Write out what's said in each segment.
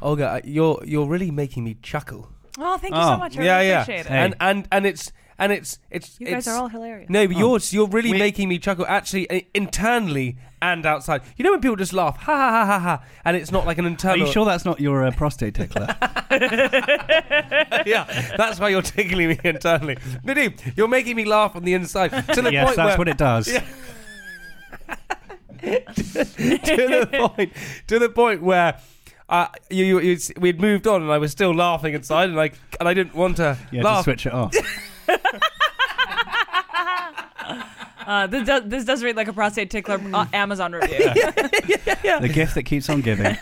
Olga, I- you're you're really making me chuckle. Oh, thank you Oh, so much. I yeah, really yeah. appreciate it. Hey. And and and it's and it's it's You guys it's- are all hilarious. No, but Oh. yours you're really We- making me chuckle actually i- internally and outside. You know when people just laugh ha ha ha ha ha and it's not like an Are internal you sure that's not your uh, prostate tickler? yeah, that's why you're tickling me internally. But dude, you're making me laugh on the inside to the yes, point that's where what it does. Yeah. to the point to the point where uh, you, you, you, we'd moved on and I was still laughing inside and I and I didn't want to Yeah, laugh. just switch it off. Uh, this, does, this does read like a prostate tickler uh, Amazon review. the gift that keeps on giving.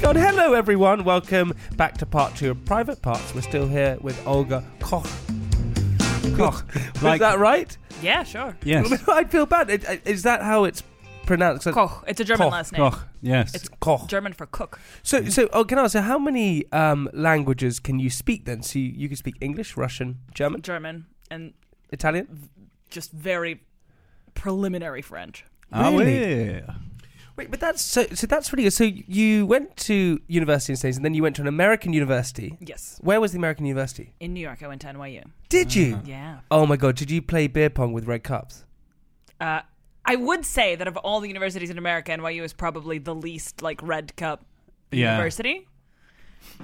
God, hello everyone. Welcome back to part two of Private Parts. We're still here with Olga Koch. Koch, is Like- that right? yeah, sure. Yes. I feel bad. It- it- Is that how it's pronounced? Koch. It's a German Koch, last name. Koch. Yes. It's Koch. German for cook. So, so oh, can I ask? So, how many um, languages can you speak then? So, you, you can speak English, Russian, German, German and Italian. just very preliminary French. Are Really? we? Wait, but that's so. So that's really good. So you went to university in States, and then you went to an American university. Yes. Where was the American university? In New York, I went to NYU. Did you? Yeah. Oh my god! Did you play beer pong with red cups? Uh, I would say that of all the universities in America, NYU is probably the least like red cup Yeah. university.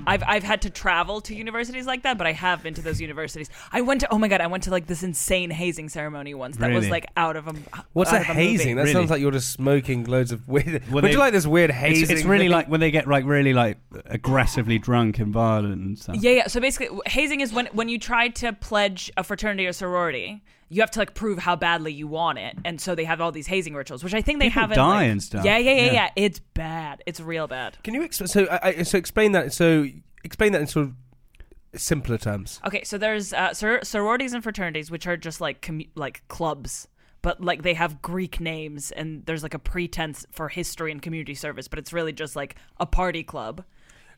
I've I've had to travel to universities like that, but I have been to those universities. I went to oh my god, I went to like this insane hazing ceremony once that was Really? like out of a What's out a of hazing? movie. That Really? sounds like you're just smoking loads of weird. Well, Would you they- like this weird hazing? It's, it's really thing? like when they get like really like aggressively drunk and violent and stuff. Yeah, yeah. So basically, w- hazing is when when you try to pledge a fraternity or sorority, you have to like prove how badly you want it, and so they have all these hazing rituals, which I think they People have. in, die like- and stuff. Yeah, yeah, yeah, yeah, Yeah. It's bad. It's real bad. Can you explain? So, I, I, so explain that. So explain that in sort of simpler terms. Okay, so there's uh, sor- sororities and fraternities, which are just like commu- like clubs, but like they have Greek names, and there's like a pretense for history and community service, but it's really just like a party club.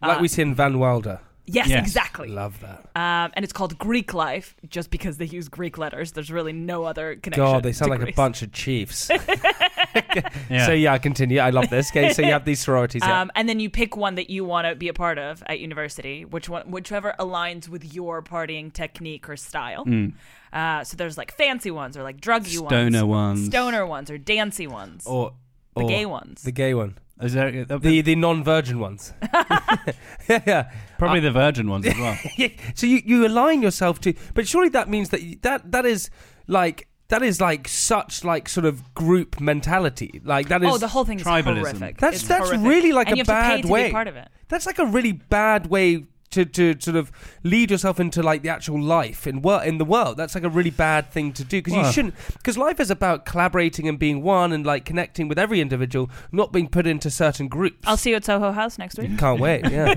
Ah. Like we see in Van Wilder. Yes, Yes. exactly. Love that. Um, and it's called Greek life, just because they use Greek letters. There's really no other connection. God, they sound to like a Greece. bunch of chiefs. Yeah. So yeah, continue. I love this. Okay, so you have these sororities. Yeah. Um, and then you pick one that you want to be a part of at university, which one, whichever aligns with your partying technique or style. Mm. Uh, so there's like fancy ones, or like druggy Stoner ones, ones. stoner ones, or dancy ones, or the or gay ones. The gay one. Is there, uh, The the non-virgin ones. yeah, yeah. probably the virgin ones as well. Yeah, so you, you align yourself to, but surely that means that you, that that is like that is like such like sort of group mentality. Like that is. oh, the whole thing is tribalism. horrific. That's It's that's horrific. really like and a you have bad to pay way. To be part of it. That's like a really bad way to, to sort of lead yourself into like the actual life in wor- in the world. That's like a really bad thing to do because you Wow. shouldn't. Because life is about collaborating and being one and like connecting with every individual, not being put into certain groups. I'll see you at Soho House next week. Can't wait. Yeah,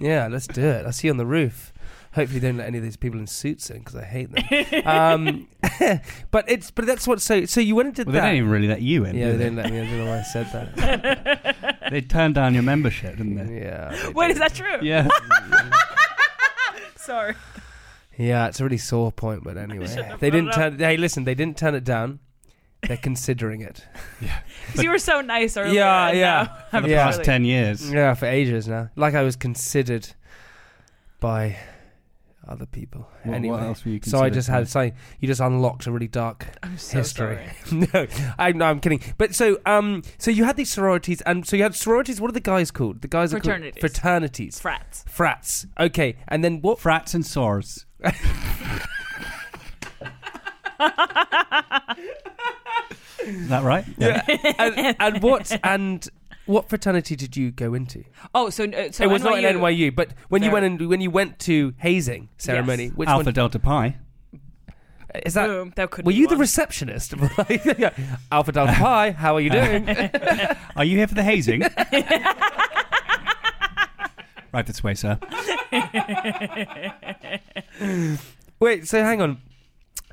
yeah. Let's do it. I'll see you on the roof. Hopefully, don't let any of these people in suits in because I hate them. Um, but it's but that's what. So so you went into Well, they that. don't even really let you in. yeah, they do they, didn't let me. I don't know why I said that. they turned down your membership, didn't they? yeah. they Wait, did. is that true? Yeah. Sorry. Yeah, it's a really sore point, but anyway, shouldn't have they brought didn't it up. turn. Hey, listen, they didn't turn it down. They're considering it. 'Cause you were so nice earlier. Yeah, and yeah. now For I'm the really- Past ten years. Yeah, for ages now. Like I was considered by other people. What- what anyway, else were you so I considered just for? had something. You just unlocked a really dark I'm so history. sorry. no, I'm, no, I'm kidding. But so, um, so you had these sororities, and so you had sororities. What are the guys called? The guys are Fraternities. called fraternities. Frats. Frats. Okay, and then what? Frats and sores. Is that right? Yeah. and, and what? And what fraternity did you go into? Oh, so uh, so it was NYU, not at NYU, but when you There. went and when you went to hazing ceremony, Yes. which Alpha one? Delta Pi. Is that? Boom. That could Were be you the one. receptionist? Yeah. Alpha Delta Pi, how are you doing? Are you here for the hazing? right this way, sir. Wait, so hang on.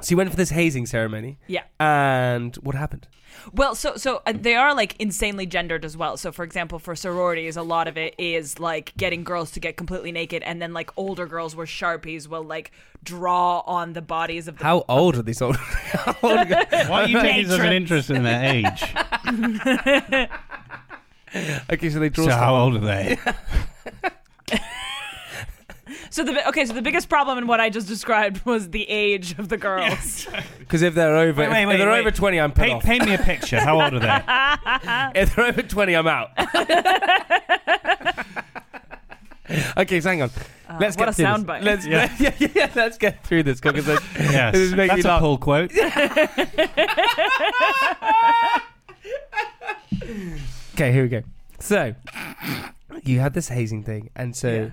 So you went for this hazing ceremony, yeah. and what happened? Well, so so uh, they are like insanely gendered as well. So for example, for sororities, a lot of it is like getting girls to get completely naked, and then like older girls with sharpies will like draw on the bodies of the. How old are these old? how old are- Why are you taking such an Matrons. interest in their age? okay, so they draw. so stuff. how old are they? So the bi- okay, so the biggest problem in what I just described was the age of the girls. Because if they're over, Wait, wait, if wait, they're wait. over twenty, I'm put paint, off. paint me a picture. How old are they? If they're over twenty, I'm out. okay, so hang on. let's Uh, what get a through this. soundbite. Let's yeah. Yeah. yeah, let's get through this because this Yes, is making me that's a laugh. pull quote. Okay, here we go. So you had this hazing thing, and so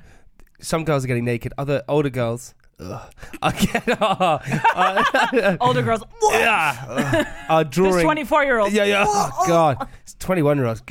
some girls are getting naked. Other older girls. Ugh, are get- are- are- older girls. are There's drawing 24 year olds. Yeah, yeah. Oh, God. It's 21 year olds.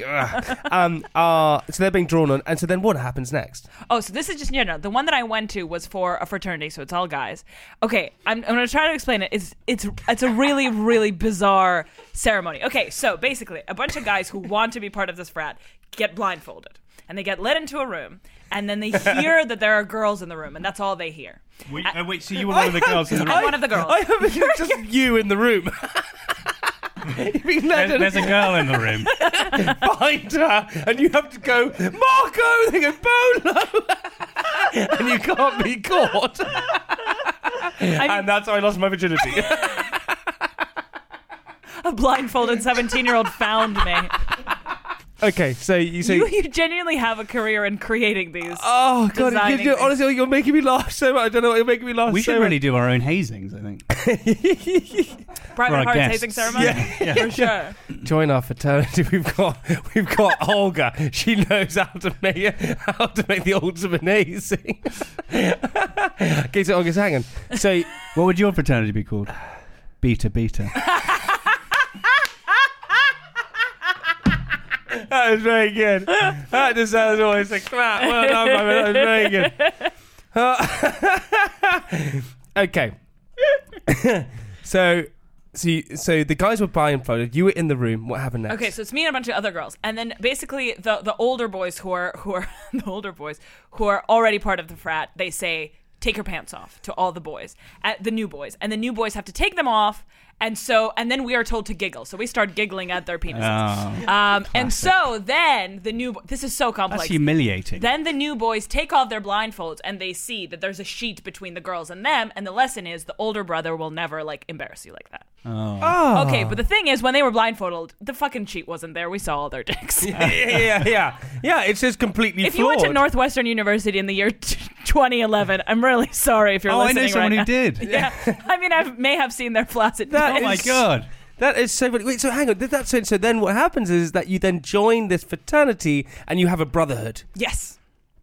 um, uh, so they're being drawn on. And so then what happens next? Oh, so this is just, you know, the one that I went to was for a fraternity, so it's all guys. Okay, I'm, I'm going to try to explain it. It's, it's, it's a really, really bizarre ceremony. Okay, so basically, a bunch of guys who want to be part of this frat get blindfolded and they get led into a room and then they hear that there are girls in the room and that's all they hear. Wait, uh, wait, so you were one of the girls in the I'm room. one of the girls. I hope it's just you in the room. You've been led There- in There's a girl in the room. behind her, and you have to go, Marco! They go, Bolo! and you can't be caught. and that's how I lost my virginity. A blindfolded 17 year old found me. okay, so you say. You, you genuinely have a career in creating these. Oh god! designing You're, things. honestly, you're making me laugh so much. I don't know what you're making me laugh. We so should much. really do our own hazings, I think. Private our heart guests. tasting ceremony? For sure. join our fraternity. We've got we've got Olga. She knows how to make how to make the ultimate hazing. okay, so Olga, so hang on. So What would your fraternity be called? Beta Beta. that was very good. That just sounds always a crap. Well done, my man. That was very good. Uh, okay. so so you, so the guys were blindfolded. You were in the room. What happened next? Okay, so it's me and a bunch of other girls, and then basically the the older boys who are who are the older boys who are already part of the frat, they say take your pants off to all the boys, at the new boys, and the new boys have to take them off, and so and then we are told to giggle, so we start giggling at their penises, Oh, um, and so then the new bo- this is so complex. that's humiliating. Then the new boys take off their blindfolds and they see that there's a sheet between the girls and them, and the lesson is the older brother will never like embarrass you like that. Oh. Okay, but the thing is, when they were blindfolded, the fucking sheet wasn't there. We saw all their dicks. yeah, yeah, yeah, yeah. It's just completely. if you went to flawed. Northwestern University in the year 2011, I'm really sorry if you're oh, I listening know right someone who now. did. Yeah, I mean, I may have seen their flaccid. That Oh dicks. my It's- god. That is so funny. Wait, so hang on. Did that so, so then what happens is that you then join this fraternity and you have a brotherhood. yes.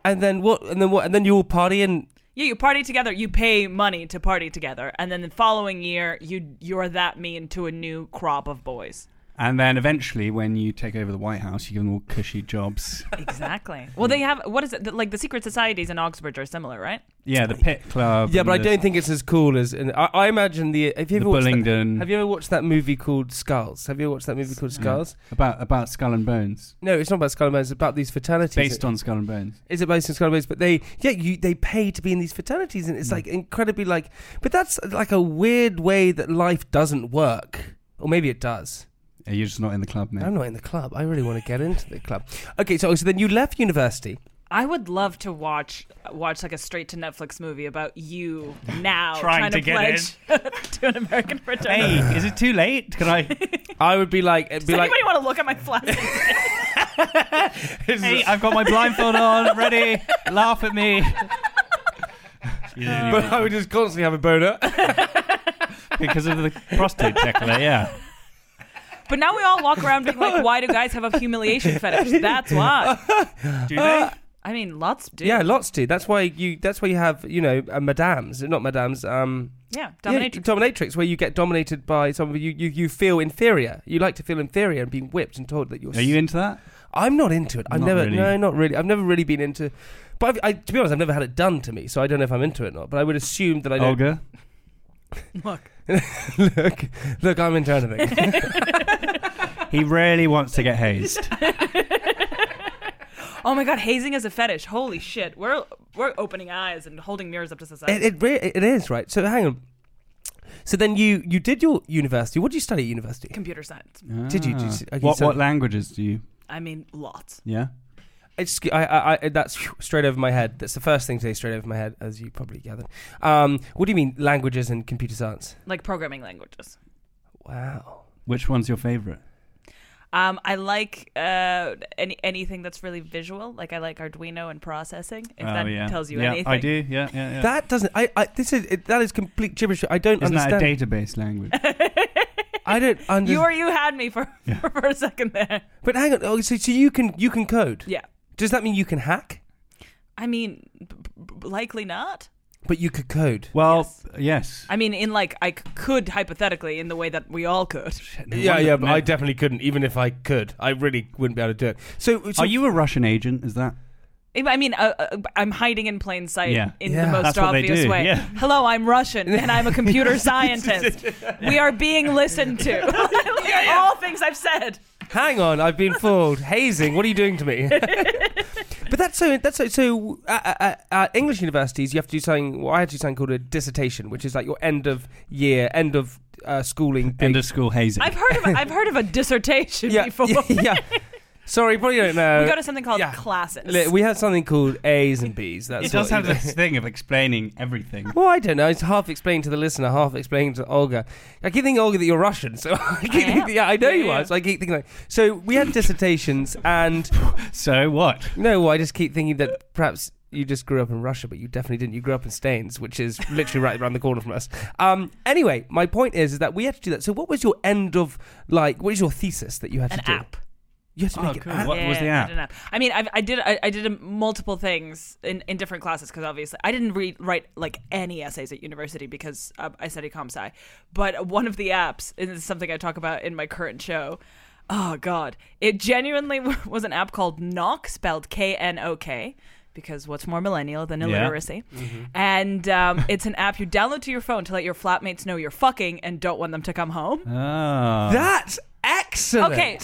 And then what and then what and then you all party and Yeah, you party together. You pay money to party together, and then the following year, you you're that mean to a new crop of boys. And then eventually, when you take over the White House, you give them all cushy jobs. Exactly. Well, they have what is it? The- Like the secret societies in Oxbridge are similar, right? Yeah, the Pit Club. Yeah, but I and the- don't think it's as cool as and I, I imagine the have you The ever watched that, Bullingdon. have you ever watched that movie called Skulls? Have you ever watched that movie called Skulls? about about Skull and Bones. No, it's not about Skull and Bones, it's about these fraternities. Based on Skull and Bones. Is it based on Skull and Bones? But they yeah, you they pay to be in these fraternities and it's Mm. like incredibly like but that's like a weird way that life doesn't work. Or maybe it does. Yeah, You're just not in the club, mate. I'm not in the club. I really want to get into the club. Okay, so so then you left university. I would love to watch watch like a straight to Netflix movie about you now Trying to, to get pledge to an American fraternity. Hey, is it too late? Can I? I would be like, it'd be Does like, anybody want to look at my flaccid? hey, I've got my blindfold on, ready. Laugh at me. but I would just constantly have a boner. because of the prostate tickler, yeah. but now we all walk around being like, why do guys have a humiliation fetish? That's why. Do they? I mean, lots do. yeah, lots do. That's why you. That's why you have, you know, uh, madams, not madams, um, Yeah, Yeah, dominatrix. dominatrix, where you get dominated by someone you, you, you feel inferior. You like to feel inferior and being whipped and told that you're. Are you into that? I'm not into it. I've Not never. really. No, not really. I've never really been into. But I've, I, to be honest, I've never had it done to me, so I don't know if I'm into it or not. But I would assume that I don't. Olga? Look, look, look, I'm into anything. He really wants to get hazed. oh my god, hazing is a fetish. Holy shit, we're we're opening eyes and holding mirrors up to society. it, it, re- it is right. So hang on. So then you you did your university. What did you study at university? Computer science. Did you- did you Ah. s- okay, what, so- what languages do you? I mean, lots. Yeah. It's I, I, I that's straight over my head. That's the first thing today, straight over my head, as you probably gathered. Um, what do you mean languages and computer science? Like programming languages. Wow. Which one's your favorite? Um, I like uh, any anything that's really visual. Like I like Arduino and processing. If that tells you Oh, yeah, anything. I do. Yeah, yeah, yeah. That doesn't. I, I. This is. It, that is complete gibberish. I don't Isn't understand. that a database language? I don't understand. You or you had me for for a second there. But hang on. Oh, so, so you can you can code. Yeah. Does that mean you can hack? I mean, b- b- likely not. But you could code. well, yes. I mean, in like I c- could hypothetically, in the way that we all could. No yeah, wonder- yeah. But no. I definitely couldn't. Even if I could, I really wouldn't be able to do it. So, so Are you a Russian agent? Is that? If- I mean, uh, uh, I'm hiding in plain sight Yeah. in Yeah. the most That's what they obvious do, way. yeah. Hello, I'm Russian and I'm a computer scientist. we are being listened to. All things I've said. Hang on, I've been fooled. Hazing, what are you doing to me? but that's so. That's so. So uh, at, at, at English universities, you have to do something. Well, I had to do something called a dissertation, which is like your end of year, end of uh, schooling. End of school hazing. I've heard of I've heard of a dissertation yeah, before. yeah. Sorry, probably don't know. we go to something called Uh, yeah. classes. Li- We had something called A's and B's. That's it does what have this thing of explaining everything. Well, I don't know. It's half explained to the listener, half explained to Olga. I keep thinking, Olga, that you're Russian. So I keep am. thinking, yeah, I know Yeah, you yeah. are. So I keep thinking, like, so we had dissertations and. So what? No, I just keep thinking that perhaps you just grew up in Russia, but you definitely didn't. You grew up in Staines, which is literally right around the corner from us. Um, anyway, my point is, is that we had to do that. So, what was your end of like? What is your thesis that you had an to do? app. You had to Oh, make cool. an app. What was the Yeah, I app? did an I mean, I've, I did I, I did um, multiple things in, in different classes because obviously I didn't read write like any essays at university because um, I studied comp sci. But one of the apps, and this is something I talk about in my current show. Oh God, it genuinely was an app called Knock, spelled K N O K. Because what's more millennial than illiteracy? And um, it's an app you download to your phone to let your flatmates know you're fucking and don't want them to come home. Ah. That's excellent. Okay.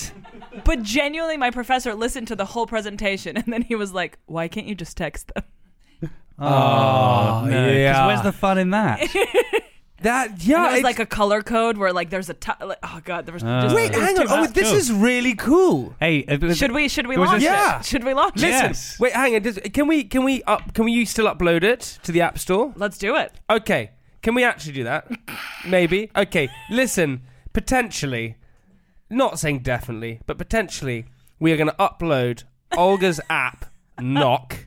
But genuinely, my professor listened to the whole presentation and then he was like, Why can't you just text them? Oh, no. 'Cause yeah. Where's the fun in that? That And yeah. it was it's- like a color code where, like, there's a. T- like, oh, God. There was Ah. just. wait, it was hang too on. Oh, much. this Cool. is really cool. hey, it was- Should we, should we there was launch this- Yeah. it? Should we launch Listen. it? Yes. Wait, hang on. Does, can we can we up? Can we still upload it to the app store? Let's do it. Okay. Can we actually do that? Maybe. Okay. Listen, potentially, not saying definitely, but potentially, we are going to upload Olga's app, Knock,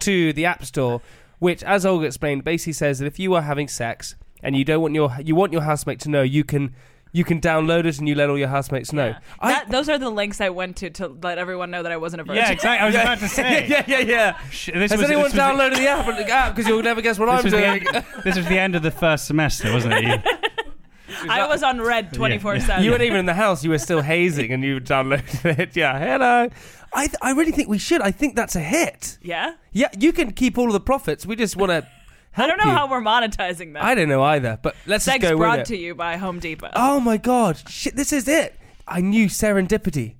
to the App Store, which, as Olga explained, basically says that if you are having sex and you don't want your you want your housemate to know, you can you can download it and you let all your housemates know. Yeah. That- those are the links I went to to let everyone know that I wasn't a virgin. Yeah, exactly. I was about to say. yeah, yeah, yeah. Sh- This Has was, anyone this was- downloaded the app? Because you'll never guess what This I'm was, the doing. end, this was the end of the first semester, wasn't it? You- I was on red 24 7. You weren't even in the house. You were still hazing, and you downloaded it. Yeah, hello. I th- I really think we should. I think that's a hit. Yeah? Yeah, you can keep all of the profits. We just want to. I don't know how we're monetizing that. I don't know either, but let's Sex just go brought with it. to you by Home Depot. Oh my god! Shit, this is it. I knew serendipity.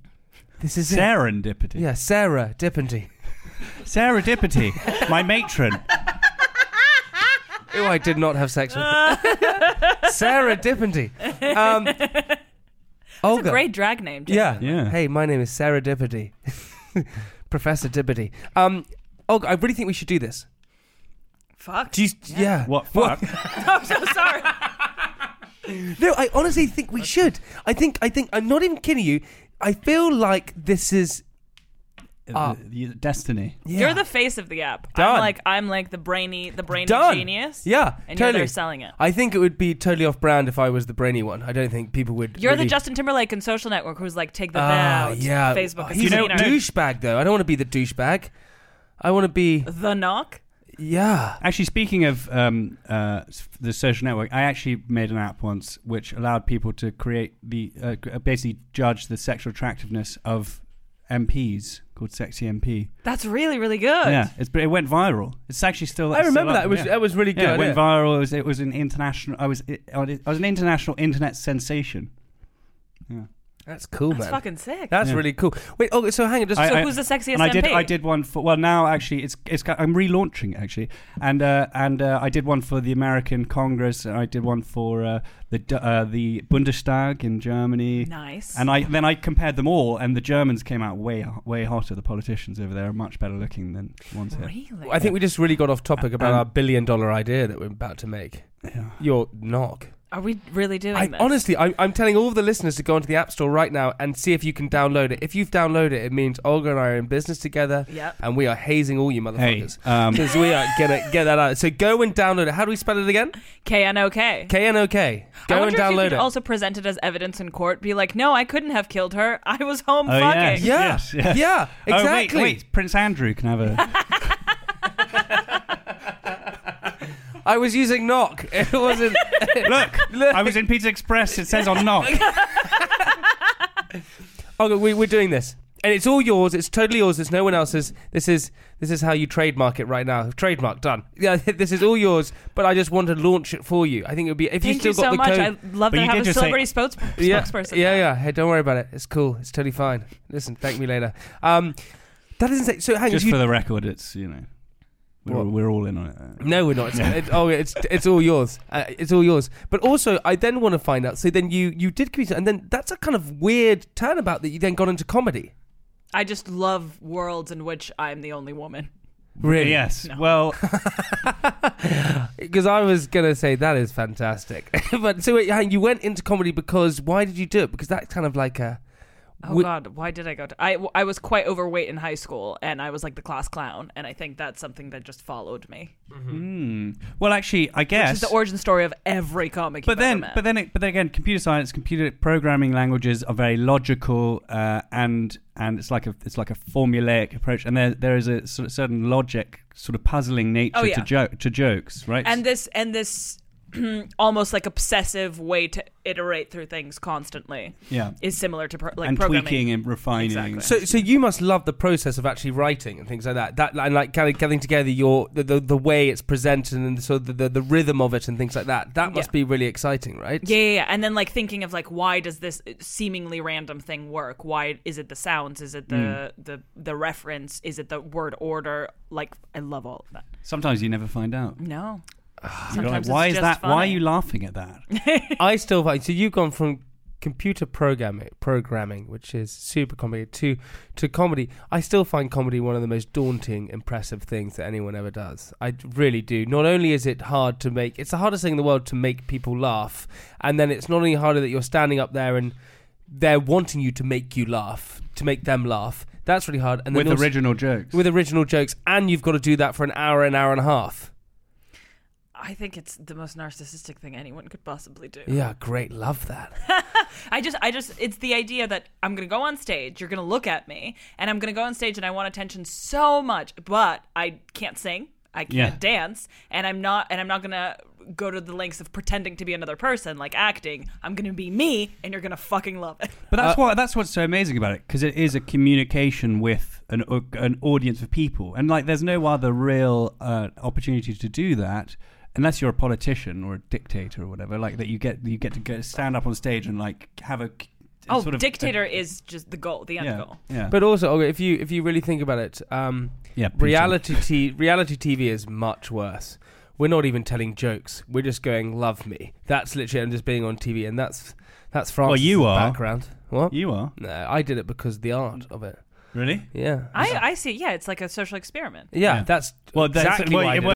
This is it. Serendipity. Yeah, Sarah Dippity. Serendipity. My matron. Who I did not have sex with. Sarah Dippity. Um, That's a great drag name, Jake. Yeah. Yeah. Hey, my name is Sarah Dippity. Professor Dippity. Um, oh, I really think we should do this. Fuck. Do you, yeah. What fuck? I'm so sorry. No, I honestly think we should. I think, I think, I'm not even kidding you. I feel like this is. Uh, y- destiny. Yeah. You're the face of the app. Done. I'm like I'm like the brainy the brainy Done. genius. Yeah. And totally. you're there selling it. I think it would be totally off brand if I was the brainy one. I don't think people would. You're really- the Justin Timberlake in Social Network who's like take the Ah, bow. yeah. Facebook. He's you a know, douchebag, though. I don't want to be the douchebag. I want to be. the knock. Yeah. Actually, speaking of um, uh, s- the social network, I actually made an app once which allowed people to create the uh, g- uh, basically judge the sexual attractiveness of MPs called Sexy MP. That's really, really good. Yeah, it's, but it went viral. It's actually still. I it's remember still that. up, It was yeah. that was really good. Yeah, it went yeah. viral. It was, it was an international. I was it, I was an international internet sensation. That's cool, That's man. fucking sick. That's Yeah. really cool. Wait, oh, so hang on, just I- so I- who's the sexiest and I did MP? I did one for well now actually it's it's got- I'm relaunching it actually and uh, and uh, I did one for the American Congress and I did one for uh, the D- uh, the Bundestag in Germany Nice. and I then I compared them all and the Germans came out way way hotter the politicians over there are much better looking than ones here really. I think we just really got off topic about Um, our billion dollar idea that we're about to make. Yeah. Your knock. Are we really doing I, this? honestly, I, I'm telling all of the listeners to go onto the App Store right now and see if you can download it. If you've downloaded it, it means Olga and I are in business together, Yep. and we are hazing all you hey motherfuckers. um, Because we are gonna get that out. So go and download it. How do we spell it again? K N O K. K N O K. I Go and wonder if you download could it. also present it as evidence in court. Be like, no, I couldn't have killed her. I was home Oh, fucking. yes. yeah, Yes, yes. yeah, oh, wait, exactly. wait, Prince Andrew can have a I was using knock. It wasn't. look I was in Pizza Express it says on knock Olga, we, we're doing this, and it's all yours. It's totally yours. It's no one else's. This is this is how you trademark it right now. Trademark done. Yeah, this is all yours. But I just want to launch it for you. I think it would be if Thank you still you so got much. the code. I love But that I you have did a just say- celebrity spokes- yeah, spokesperson. Yeah, now. yeah. Hey, don't worry about it. It's cool. It's totally fine. Listen, thank me later. Um, that doesn't say. So hang on. just you- for the record it's you know we're, all, What? we're all in on it no, we're not. It's, it's, oh, it's it's all yours. Uh, it's all yours. But also, I then want to find out. So then you you did computer, and then that's a kind of weird turnabout that you then got into comedy. I just love worlds in which I'm the only woman. Really? yes well Because I was gonna say that is fantastic. but so wait, hang, you went into comedy because why did you do it? Because that's kind of like a. Oh Wi- God, why did I go to? I I was quite overweight in high school, and I was like the class clown, and I think that's something that just followed me. well actually I guess Which is the origin story of every comic. but you've then, ever met. but then, it, but then again, computer science, computer programming languages are very logical, uh, and and it's like a it's like a formulaic approach, and there there is a sort of certain logic, sort of puzzling nature Oh, yeah. to joke to jokes, right? and this and this almost like obsessive way to iterate through things constantly yeah, is similar to pro- like and programming. tweaking and refining. Exactly. So, so you must love the process of actually writing and things like that. That and like kind of getting together your the, the, the way it's presented and so the, the the rhythm of it and things like that. That must Yeah. be really exciting, right? Yeah, yeah, yeah. And then like thinking of like why does this seemingly random thing work? Why is it the sounds? Is it Mm. the the the reference? Is it the word order? Like I love all of that. Sometimes you never find out. No. You're like, Sometimes why it's is that? just Why are funny. you laughing at that? I still find so you've gone from computer programming programming which is super complicated to to comedy i still find comedy one of the most daunting impressive things that anyone ever does i d- really do not only is it hard to make it's the hardest thing in the world to make people laugh and then it's not only harder that you're standing up there and they're wanting you to make you laugh to make them laugh that's really hard and then With also- original jokes. with original jokes and you've got to do that for an hour an hour and a half I think it's the most narcissistic thing anyone could possibly do. yeah great love that I just, I just, it's the idea that I'm gonna go on stage, you're gonna look at me, and I'm gonna go on stage and I want attention so much, but I can't sing, I can't Yeah. dance, and I'm not, and I'm not gonna go to the lengths of pretending to be another person, like acting. I'm gonna be me, and you're gonna fucking love it. But Uh, that's what that's what's so amazing about it because it is a communication with an au- an audience of people, and like there's no other real uh, opportunity to do that unless you're a politician or a dictator or whatever. Like that you get you get to go stand up on stage and like have a c- Oh, sort of dictator is just the goal, the end yeah, goal. yeah, but also Olga, if you if you really think about it um yeah, preach it. reality t- reality TV is much worse. We're not even telling jokes. We're just going love me. That's literally I'm just being on TV, and that's that's France. you are. background. What? You are no, I did it because of the art of it. really Yeah. I, I see. Yeah, it's like a social experiment. yeah, Yeah. that's well. That's, exactly well, why I it did wa- it.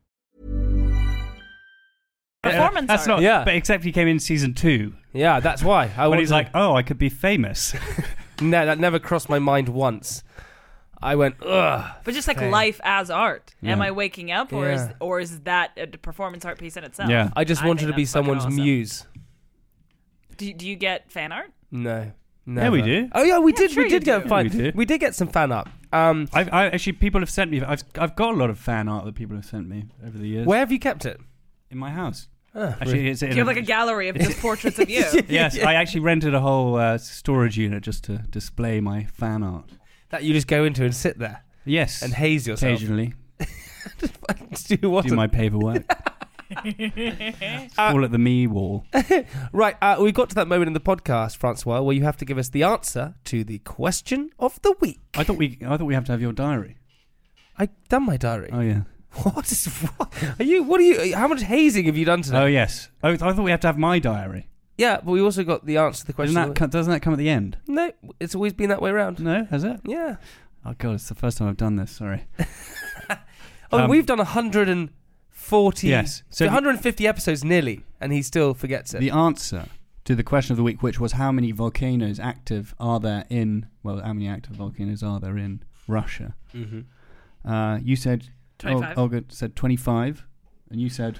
Performance That's art. not. Yeah. But except he came in season two Yeah, that's why. I when was he's like, oh, I could be famous. no, that never crossed my mind once. I went, ugh. But just like Okay. life as art. Am Yeah. I waking up or is Yeah. or is that a d- performance art piece in itself? Yeah. I just I wanted think to be that's fucking someone's awesome. muse. Do, do you get fan art? No. Never. Yeah, we do. Oh yeah, we did. sure we you did get do. fan. We do. we did get some fan art. Um, I've, I actually people have sent me. I've I've got a lot of fan art that people have sent me over the years. where have you kept it? in my house? Oh, Actually, it's Do you have like a gallery of just portraits of you? yes. I actually rented a whole uh, storage unit just to display my fan art. that you just go into and sit there Yes, and haze yourself. occasionally do what? do my paperwork. All at the me wall. Right, uh, we got to that moment in the podcast, Francois, where you have to give us the answer to the question of the week. I thought we I thought we have to have your diary. I done my diary. Oh yeah. What is? What are you? What are you? How much hazing have you done today? Oh yes. Oh, I thought we have to have my diary. yeah, but we also got the answer to the question. Doesn't that, co- doesn't that come at the end? no, it's always been that way around. No, has it? Yeah. Oh god, it's the first time I've done this. Sorry. Oh, Um, we've done 140. Yes. So So the- 150 episodes nearly, and he still forgets it. The answer to the question of the week, which was how many volcanoes active are there in well, how many active volcanoes are there in Russia? mm-hmm. Uh, you said Ol- 25. Olga said twenty-five, and you said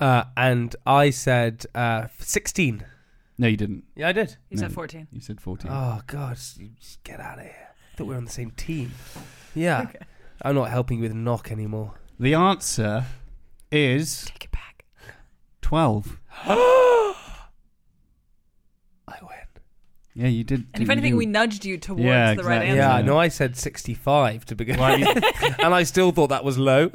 uh, and I said uh, 16. no, you didn't. Yeah, I did. He's No, at 14. You said fourteen. Oh God, s- you just get out of here. I thought we were on the same team. Yeah. I'm not helping you with knock anymore. The answer is Take it back. twelve. I win. Yeah, you did. And if you anything, didn't- we nudged you towards Yeah, the right exactly. answer. Yeah, Yeah. no, I said 65 to begin Well, you- and I still thought that was low.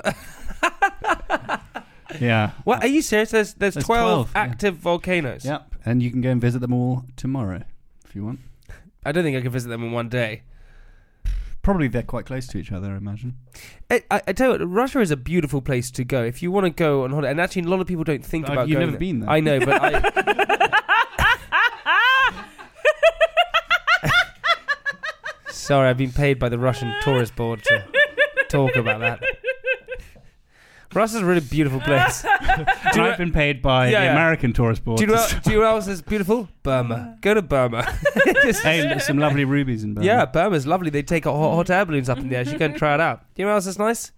yeah. what, are you serious? There's, there's, There's 12, 12, yeah. active volcanoes. Yep. And you can go and visit them all tomorrow if you want. I don't think I could visit them in one day. Probably they're quite close to each other, I imagine. I, I, I tell you, what, Russia is a beautiful place to go if you want to go on holiday. And actually, a lot of people don't think But about. you've going never there. been there. I know, but I, sorry, I've been paid by the Russian tourist board to talk about that. Russia's a really beautiful place. And you know- I've been paid by Yeah, the yeah. American tourist board. do you know? to- What, do you know what else is beautiful? Burma. Go to Burma. Just- hey, there's some lovely rubies in Burma. yeah, Burma's lovely. They take hot, hot air balloons up in the air. You go and try it out. Do you know what else is nice?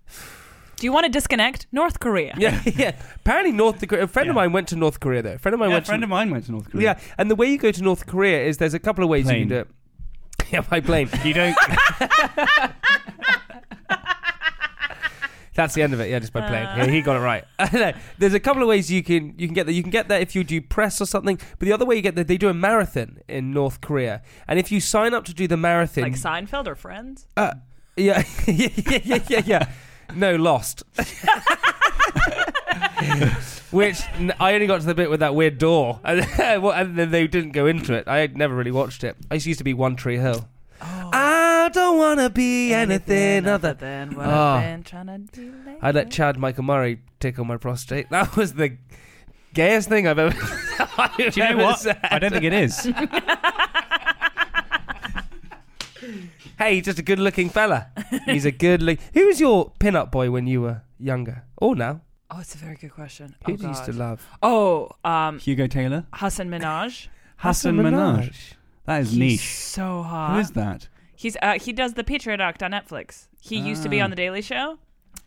Do you want to disconnect? North Korea. Yeah, yeah. Apparently, North Korea. A friend of Yeah. mine went to North Korea though. A friend of mine Yeah, a went. to, friend of mine went to North Korea. Yeah, and the way you go to North Korea is there's a couple of ways you can Plane. do it. Yeah, by plane. You don't. That's the end of it. Yeah, just by plane. Yeah, he got it right. No, there's a couple of ways you can you can get there. You can get there if you do press or something. But the other way you get there, they do a marathon in North Korea, and if you sign up to do the marathon, Like Seinfeld or Friends? uh, yeah, yeah, yeah, yeah, yeah, yeah. No, lost. Which n- I only got to the bit with that weird door, and, well, and then they didn't go into it. I had never really watched it. I just used to be One Tree Hill. I don't wanna be Oh. anything, other. than what Ah. I've been trying to do lately. I let Chad Michael Murray tickle my prostate. That was the gayest thing I've ever. I've Do you know ever what? said. I don't think it is. Hey, he's just a good-looking fella. He's a good look. Who was your pin-up boy when you were younger, or now? Oh, it's a very good question. Who oh, do you used to God. love? Oh, um, Hugo Taylor, Hassan Minaj. Hassan Minaj. That is He's niche. so hot. Who is that? He's uh, he does the Patriarch on Netflix. He used to be Ah. on the Daily Show.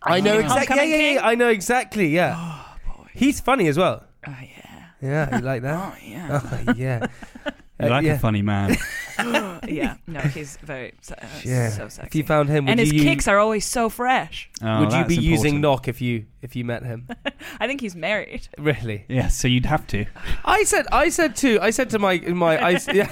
I know Homecoming exactly. Yeah, yeah, King? yeah, I know exactly. Yeah. Oh, He's funny as well. Oh yeah. Yeah, you like that? Oh yeah. oh, yeah. You Uh, like yeah. a funny man. yeah. No, he's very so, uh, Yeah. so sexy. If you found him, would and his you, kicks are always so fresh. Oh, would you that's be using important. knock if you if you met him? I think he's married. really? Yeah, so you'd have to. I said, I said too. I said to my my, I, s- yeah.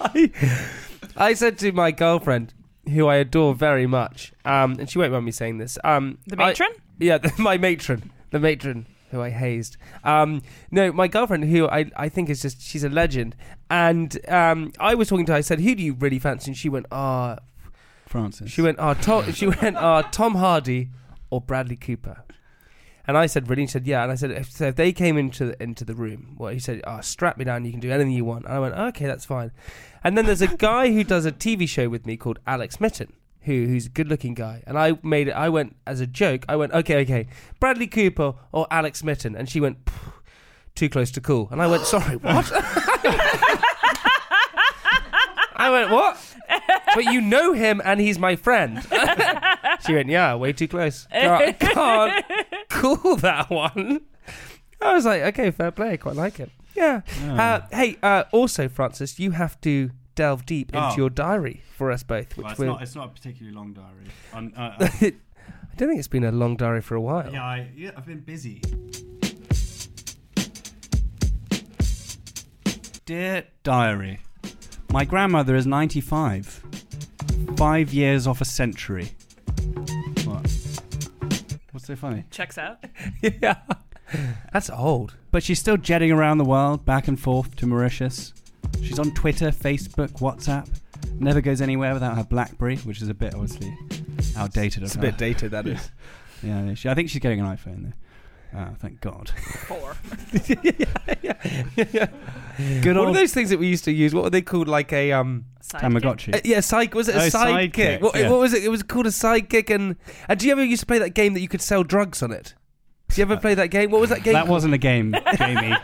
I, I said to my girlfriend, who I adore very much, um, and she won't mind me saying this. Um, The I- matron? yeah, the, my matron, the matron who I hazed. Um, no, my girlfriend, who I, I think is just she's a legend. And um, I was talking to her. I said, "Who do you really fancy?" And she went, "Ah, Francis. she went, ah, Tom, she went, ah, Tom Hardy or Bradley Cooper? And I said, really? He said, yeah. And I said, if, so if they came into the, into the room, well, he said, oh, strap me down. You can do anything you want. And I went, oh, okay, that's fine. And then there's a guy who does a TV show with me called Alex Mitten, who who's a good-looking guy. And I made it. I went as a joke. I went, okay, okay, Bradley Cooper or Alex Mitten. And she went, "Phew, too close to cool. And I went, sorry, what? I went, what? But you know him, and he's my friend. she went, yeah, way too close. Can't- can't cool that one. I was like, okay, fair play. I quite like it. Yeah. Uh, hey, uh, also, Francis, you have to delve deep into Oh. your diary for us both. Which Well, it's, we're- not, it's not a particularly long diary. I'm, uh, I don't think it's been a long diary for a while. yeah, I, yeah, I've been busy. Dear diary, my grandmother is 95. Five years off a century. What? What's so funny? Checks out. Yeah. That's old. But she's still jetting around the world, back and forth to Mauritius. She's on Twitter, Facebook, WhatsApp. Never goes anywhere without her BlackBerry, which is a bit obviously outdated. of her. dated, that is. Yeah, no, she, I think she's getting an iPhone though. Uh, thank God. Four. Good What are old those things that we used to use? What were they called? Like a um, Sidekick. Tamagotchi. uh, yeah, psych. Was it a Oh, sidekick? sidekick, What, yeah. what was it? It was called a sidekick. And and do you ever used to play that game that you could sell drugs on it? Do you ever play that game? What was that game? that called? wasn't a game, Jamie.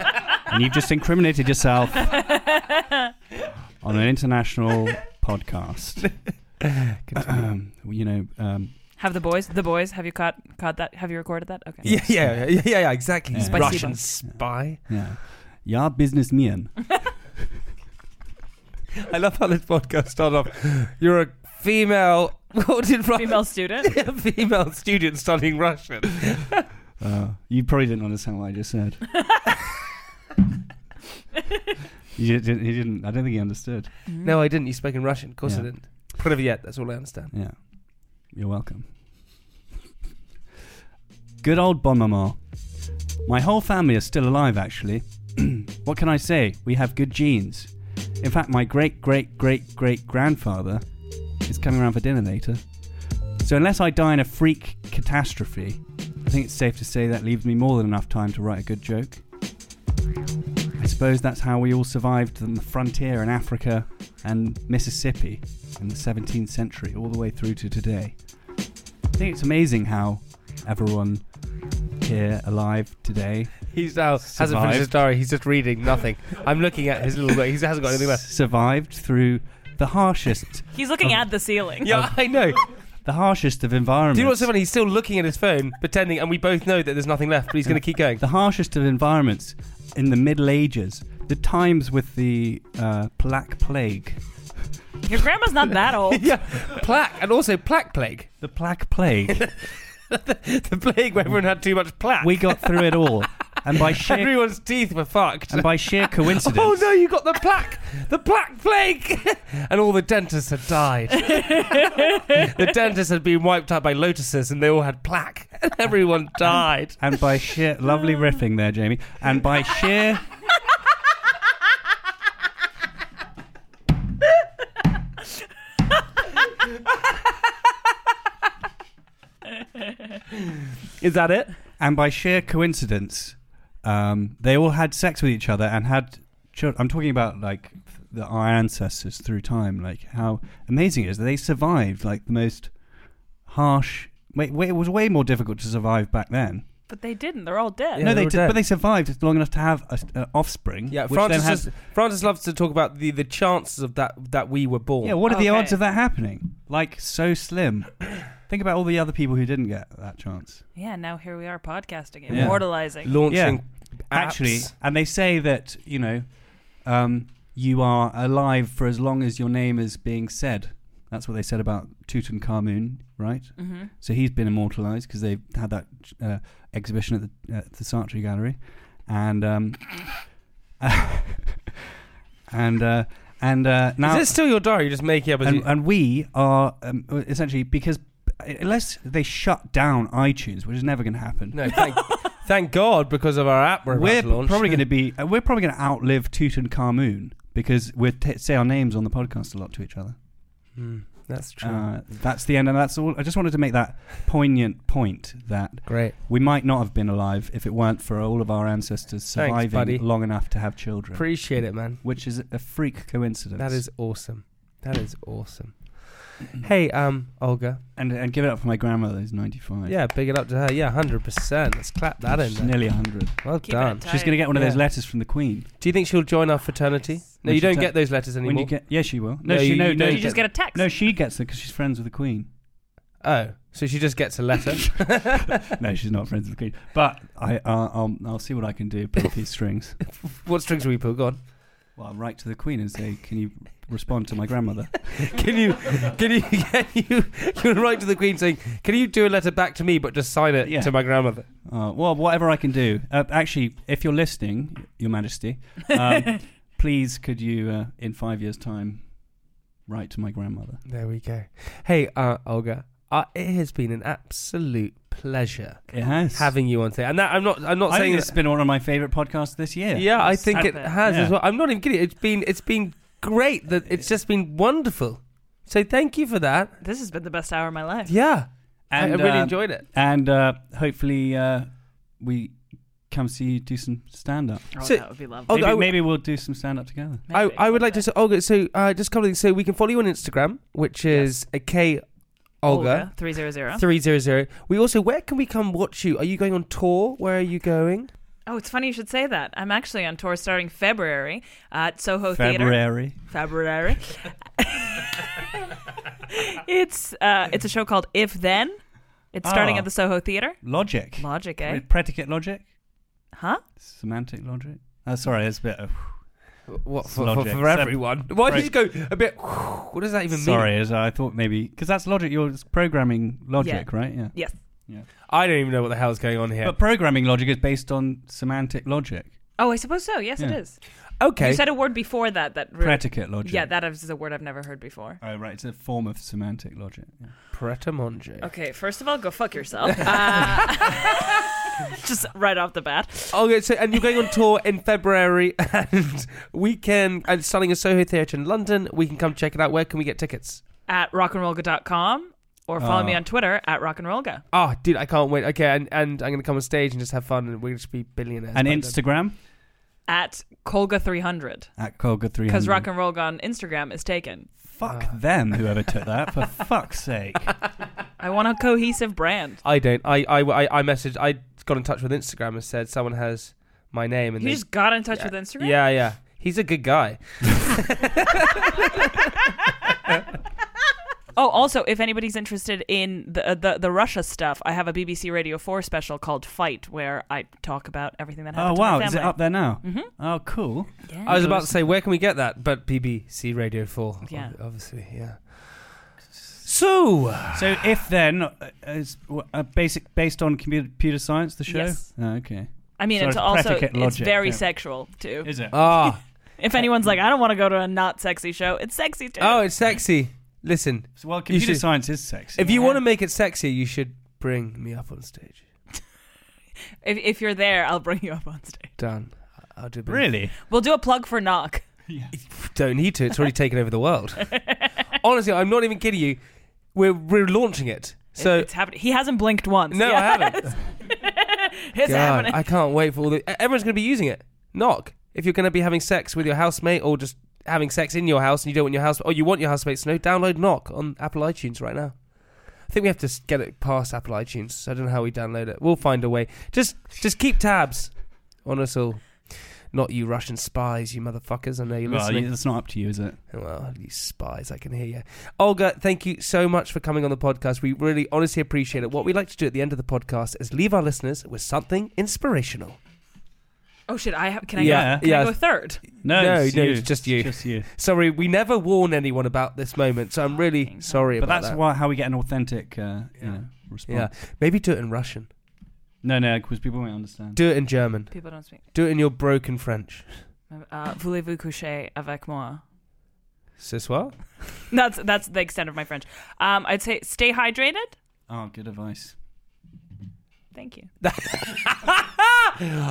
and you've just incriminated yourself on an international podcast. Um, you know, um, Have the boys? The boys? Have you caught caught that? Have you recorded that? Okay. Yeah, yeah, yeah, yeah, yeah, exactly. Yeah. Spicy Russian buns. spy. yeah. Ja, Businessman. I love how this podcast started off. You're a female. What did Ryan- Female student. A female student studying Russian. Uh, you probably didn't understand what I just said. you didn't, he didn't. I don't think he understood. no, I didn't. You spoke in Russian. Of course I Yeah. didn't. Privyet, that's all I understand. Yeah. You're welcome. Good old Bon Maman. My whole family is still alive, actually. what can I say? We have good genes. In fact, my great great great great grandfather is coming around for dinner later. So, unless I die in a freak catastrophe, I think it's safe to say that leaves me more than enough time to write a good joke. I suppose that's how we all survived on the frontier in Africa and Mississippi in the 17th century, all the way through to today. I think it's amazing how everyone here alive today He's now hasn't finished Survived. his diary. He's just reading nothing. I'm looking at his little. He hasn't got anything left. survived through the harshest, He's looking at the ceiling. Um, Um, Yeah, I know. the harshest of Do environments. you know what's so funny? He's still looking at his phone, pretending, and we both know that there's nothing left. But he's going to keep going. the harshest of environments in the Middle Ages, the times with the uh, Black Plague. Your grandma's not that old. yeah, plaque, and also plaque plague. The Black Plague. The plague where everyone had too much plaque. we got through it all, and by sheer Everyone's teeth were fucked. and by sheer coincidence. Oh no, you got the plaque, the plaque plague, and all the dentists had died. the dentists had been wiped out by lotuses, and they all had plaque. And everyone died. and by sheer lovely riffing there, Jamie, and by sheer Is that it? and by sheer coincidence, um, they all had sex with each other and had. Children. I'm talking about like the, our ancestors through time, like how amazing it is that they survived like the most harsh. Wait, wait, it was way more difficult to survive back then. But they didn't. They're all dead. Yeah, no, they they were did, dead. but they survived long enough to have an offspring. Yeah, which Francis. then had- just- Francis loves to talk about the, the chances of that that we were born. yeah, what are the Okay. odds of that happening? Like so slim. Think about all the other people who didn't get that chance. Yeah, now here we are podcasting, Yeah. immortalizing. launching. apps. actually and they say that you know um, you are alive for as long as your name is being said that's what they said about Tutankhamun right hmm so he's been immortalized because they had that uh, exhibition at the, at the Sartre Gallery and um, and uh, and uh, now is this still your diary? You just make it up as and, you. and we are um, essentially because uh, unless they shut down iTunes which is never going to happen no, thank, thank God because of our app we're, about we're to launch. probably going to be uh, we're probably going to outlive Tutankhamun because we t- say our names on the podcast a lot to each other. Hmm. That's true. Uh, that's the end, and that's all. I just wanted to make that poignant point that Great. we might not have been alive if it weren't for all of our ancestors Thanks, surviving buddy. long enough to have children, Appreciate it, man. which is a freak coincidence. That is awesome. That is awesome. Mm-hmm. Hey, um, Olga. and and give it up for my grandmother who's ninety five. Yeah, big it up to her. Yeah, hundred percent. Let's clap that in. She's There. nearly hundred. Well Keep it done. tight. She's gonna get one of those Yeah. letters from the Queen. Do you think she'll join our fraternity? No, When you she don't ta- get those letters When anymore. you get, yeah, she will. No, No, she you- no, you no, know You just get a text. no, she gets it because she's friends with the Queen. oh, so she just gets a letter. No, she's not friends with the Queen. But I, uh, I'll, I'll see what I can do. Pull a few strings. what strings will we pull? Go on. Well, I'll write to the Queen and say, "Can you respond to my grandmother?" Can you? Can you? Can you? You write to the Queen saying, "Can you do a letter back to me, but just sign it Yeah. to my grandmother?" Uh, well, whatever I can do. Uh, actually, if you're listening, Your Majesty, um, please could you, uh, in five years' time, write to my grandmother? There we go. Hey, uh, Olga, uh, it has been an absolute pleasure It has. having you on today. And that, I'm not. I'm not I saying think that- it's been one of my favorite podcasts this year. Yeah, I think it Stop it. has Yeah. as well. I'm not even kidding. It's been it's been great. That it's just been wonderful. So thank you for that. This has been the best hour of my life. Yeah, I- and I really uh, enjoyed it. And uh, hopefully, uh, we come see you do some stand up. Oh, So- that would be lovely. Oh, Maybe, I would- maybe we'll do some stand up together. I, Maybe. I would like to say Olga. So uh, just a couple of things. So we can follow you on Instagram, which is a K Olga. three zero zero. Three zero zero. We also, where can we come watch you? Are you going on tour? Where are you going? Oh, it's funny you should say that. I'm actually on tour starting February at Soho Theatre. February. February. it's uh, it's a show called If Then. It's starting Ah. at the Oh. Soho Theatre. Logic. Logic, eh? With Predicate logic. Huh? Semantic logic. Oh, sorry, it's a bit. Of, What It's for, for, logic. for So- everyone? Why did Right. you go a bit? What does that even mean? sorry, as I thought maybe because that's logic. You're it's programming logic, right? Yeah. Yes. I don't even know what the hell's going on here. But programming logic is based on semantic logic, Oh, I suppose so. Yes, Yeah. it is. okay, You said a word before that that re- predicate logic. Yeah, that is a word I've never heard before. Oh, right. It's a form of semantic logic. Yeah. Pretamonge. Okay, first of all, go fuck yourself. Uh, just right off the bat. Okay, Oh, so and you're going on tour in February, and we can and starting a Soho Theatre in London. We can come check it out. Where can we get tickets? at rockandrollga.com or follow me Ah. on Twitter at rockandrollga. Oh, dude, I can't wait. Okay, and, and I'm gonna come on stage and just have fun, and we're gonna just be billionaires. And by then. Instagram At Colga300. at Colga three hundred. Because Rock and Roll on Instagram is taken. Fuck them, whoever took that. For fuck's sake. I want a cohesive brand. uh, I don't. I I I, I messaged. I got in touch with Instagram and said someone has my name, and You they- just got in touch yeah, with Instagram? Yeah, yeah. He's a good guy. Oh, also, if anybody's interested in the, uh, the the Russia stuff, I have a BBC Radio 4 special called Fight where I talk about everything that Oh happened to wow, my is it family. up there now? Mm-hmm. Oh cool. I was about to say, where can we get that? But BBC Radio Four. Yeah. ob- obviously, yeah. So So if then uh, is w- uh, basic based on compu- computer science, the show. Yes. Oh, okay. I mean, So it's it's also predicate it's logic, very yeah. mm. sexual, too. Is it? ah. if anyone's like, I don't want to go to a not sexy show, it's sexy, too. Oh, it's sexy. Listen, So, well, You computer should- science is sexy. if you want to make it sexy, you should bring me up on stage. If, if you're there, I'll bring you up on stage. Done. I'll do. a bit- really? We'll do a plug for Knock. Don't need to. It's already taken over the world. Honestly, I'm not even kidding you. We're we're launching it. So it's happening. He hasn't blinked once. no, Yeah. I haven't. It's God, happening. I can't wait for all the. e, Everyone's going to be using it. Knock. If you're going to be having sex with your housemate or just having sex in your house and you don't want your house or you want your housemate to know, download Knock on Apple iTunes right now. I think we have to s- get it past Apple iTunes. so I don't know how we download it. We'll find a way. Just just keep tabs on us all. Not you Russian spies, you motherfuckers. I know you're Well, listening. it's not up to you, is it? Oh, Well, you spies, I can hear you. Olga, thank you so much for coming on the podcast. We really honestly appreciate it. What we like to do at the end of the podcast is leave our listeners with something inspirational. oh shit! I have. Can I? Yeah, Go, can yeah. I go third? No, No, it's no, you. it's just you. Just you. Sorry, we never warn anyone about this moment, so I'm really sorry Ah, But about that's that. why how we get an authentic, uh, you Yeah. know, yeah, response. maybe do it in Russian. No, no, because people won't understand. Do it in German. People don't speak. Do it in your broken French. Uh, Voulez-vous coucher avec moi? Ce soir? That's that's the extent of my French. Um, I'd say stay hydrated. oh, good advice. Thank you.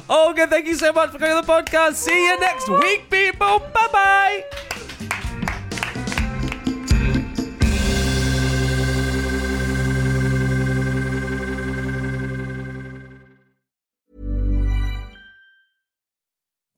Olga, thank you so much for coming on the podcast. See you next week, people. Bye bye.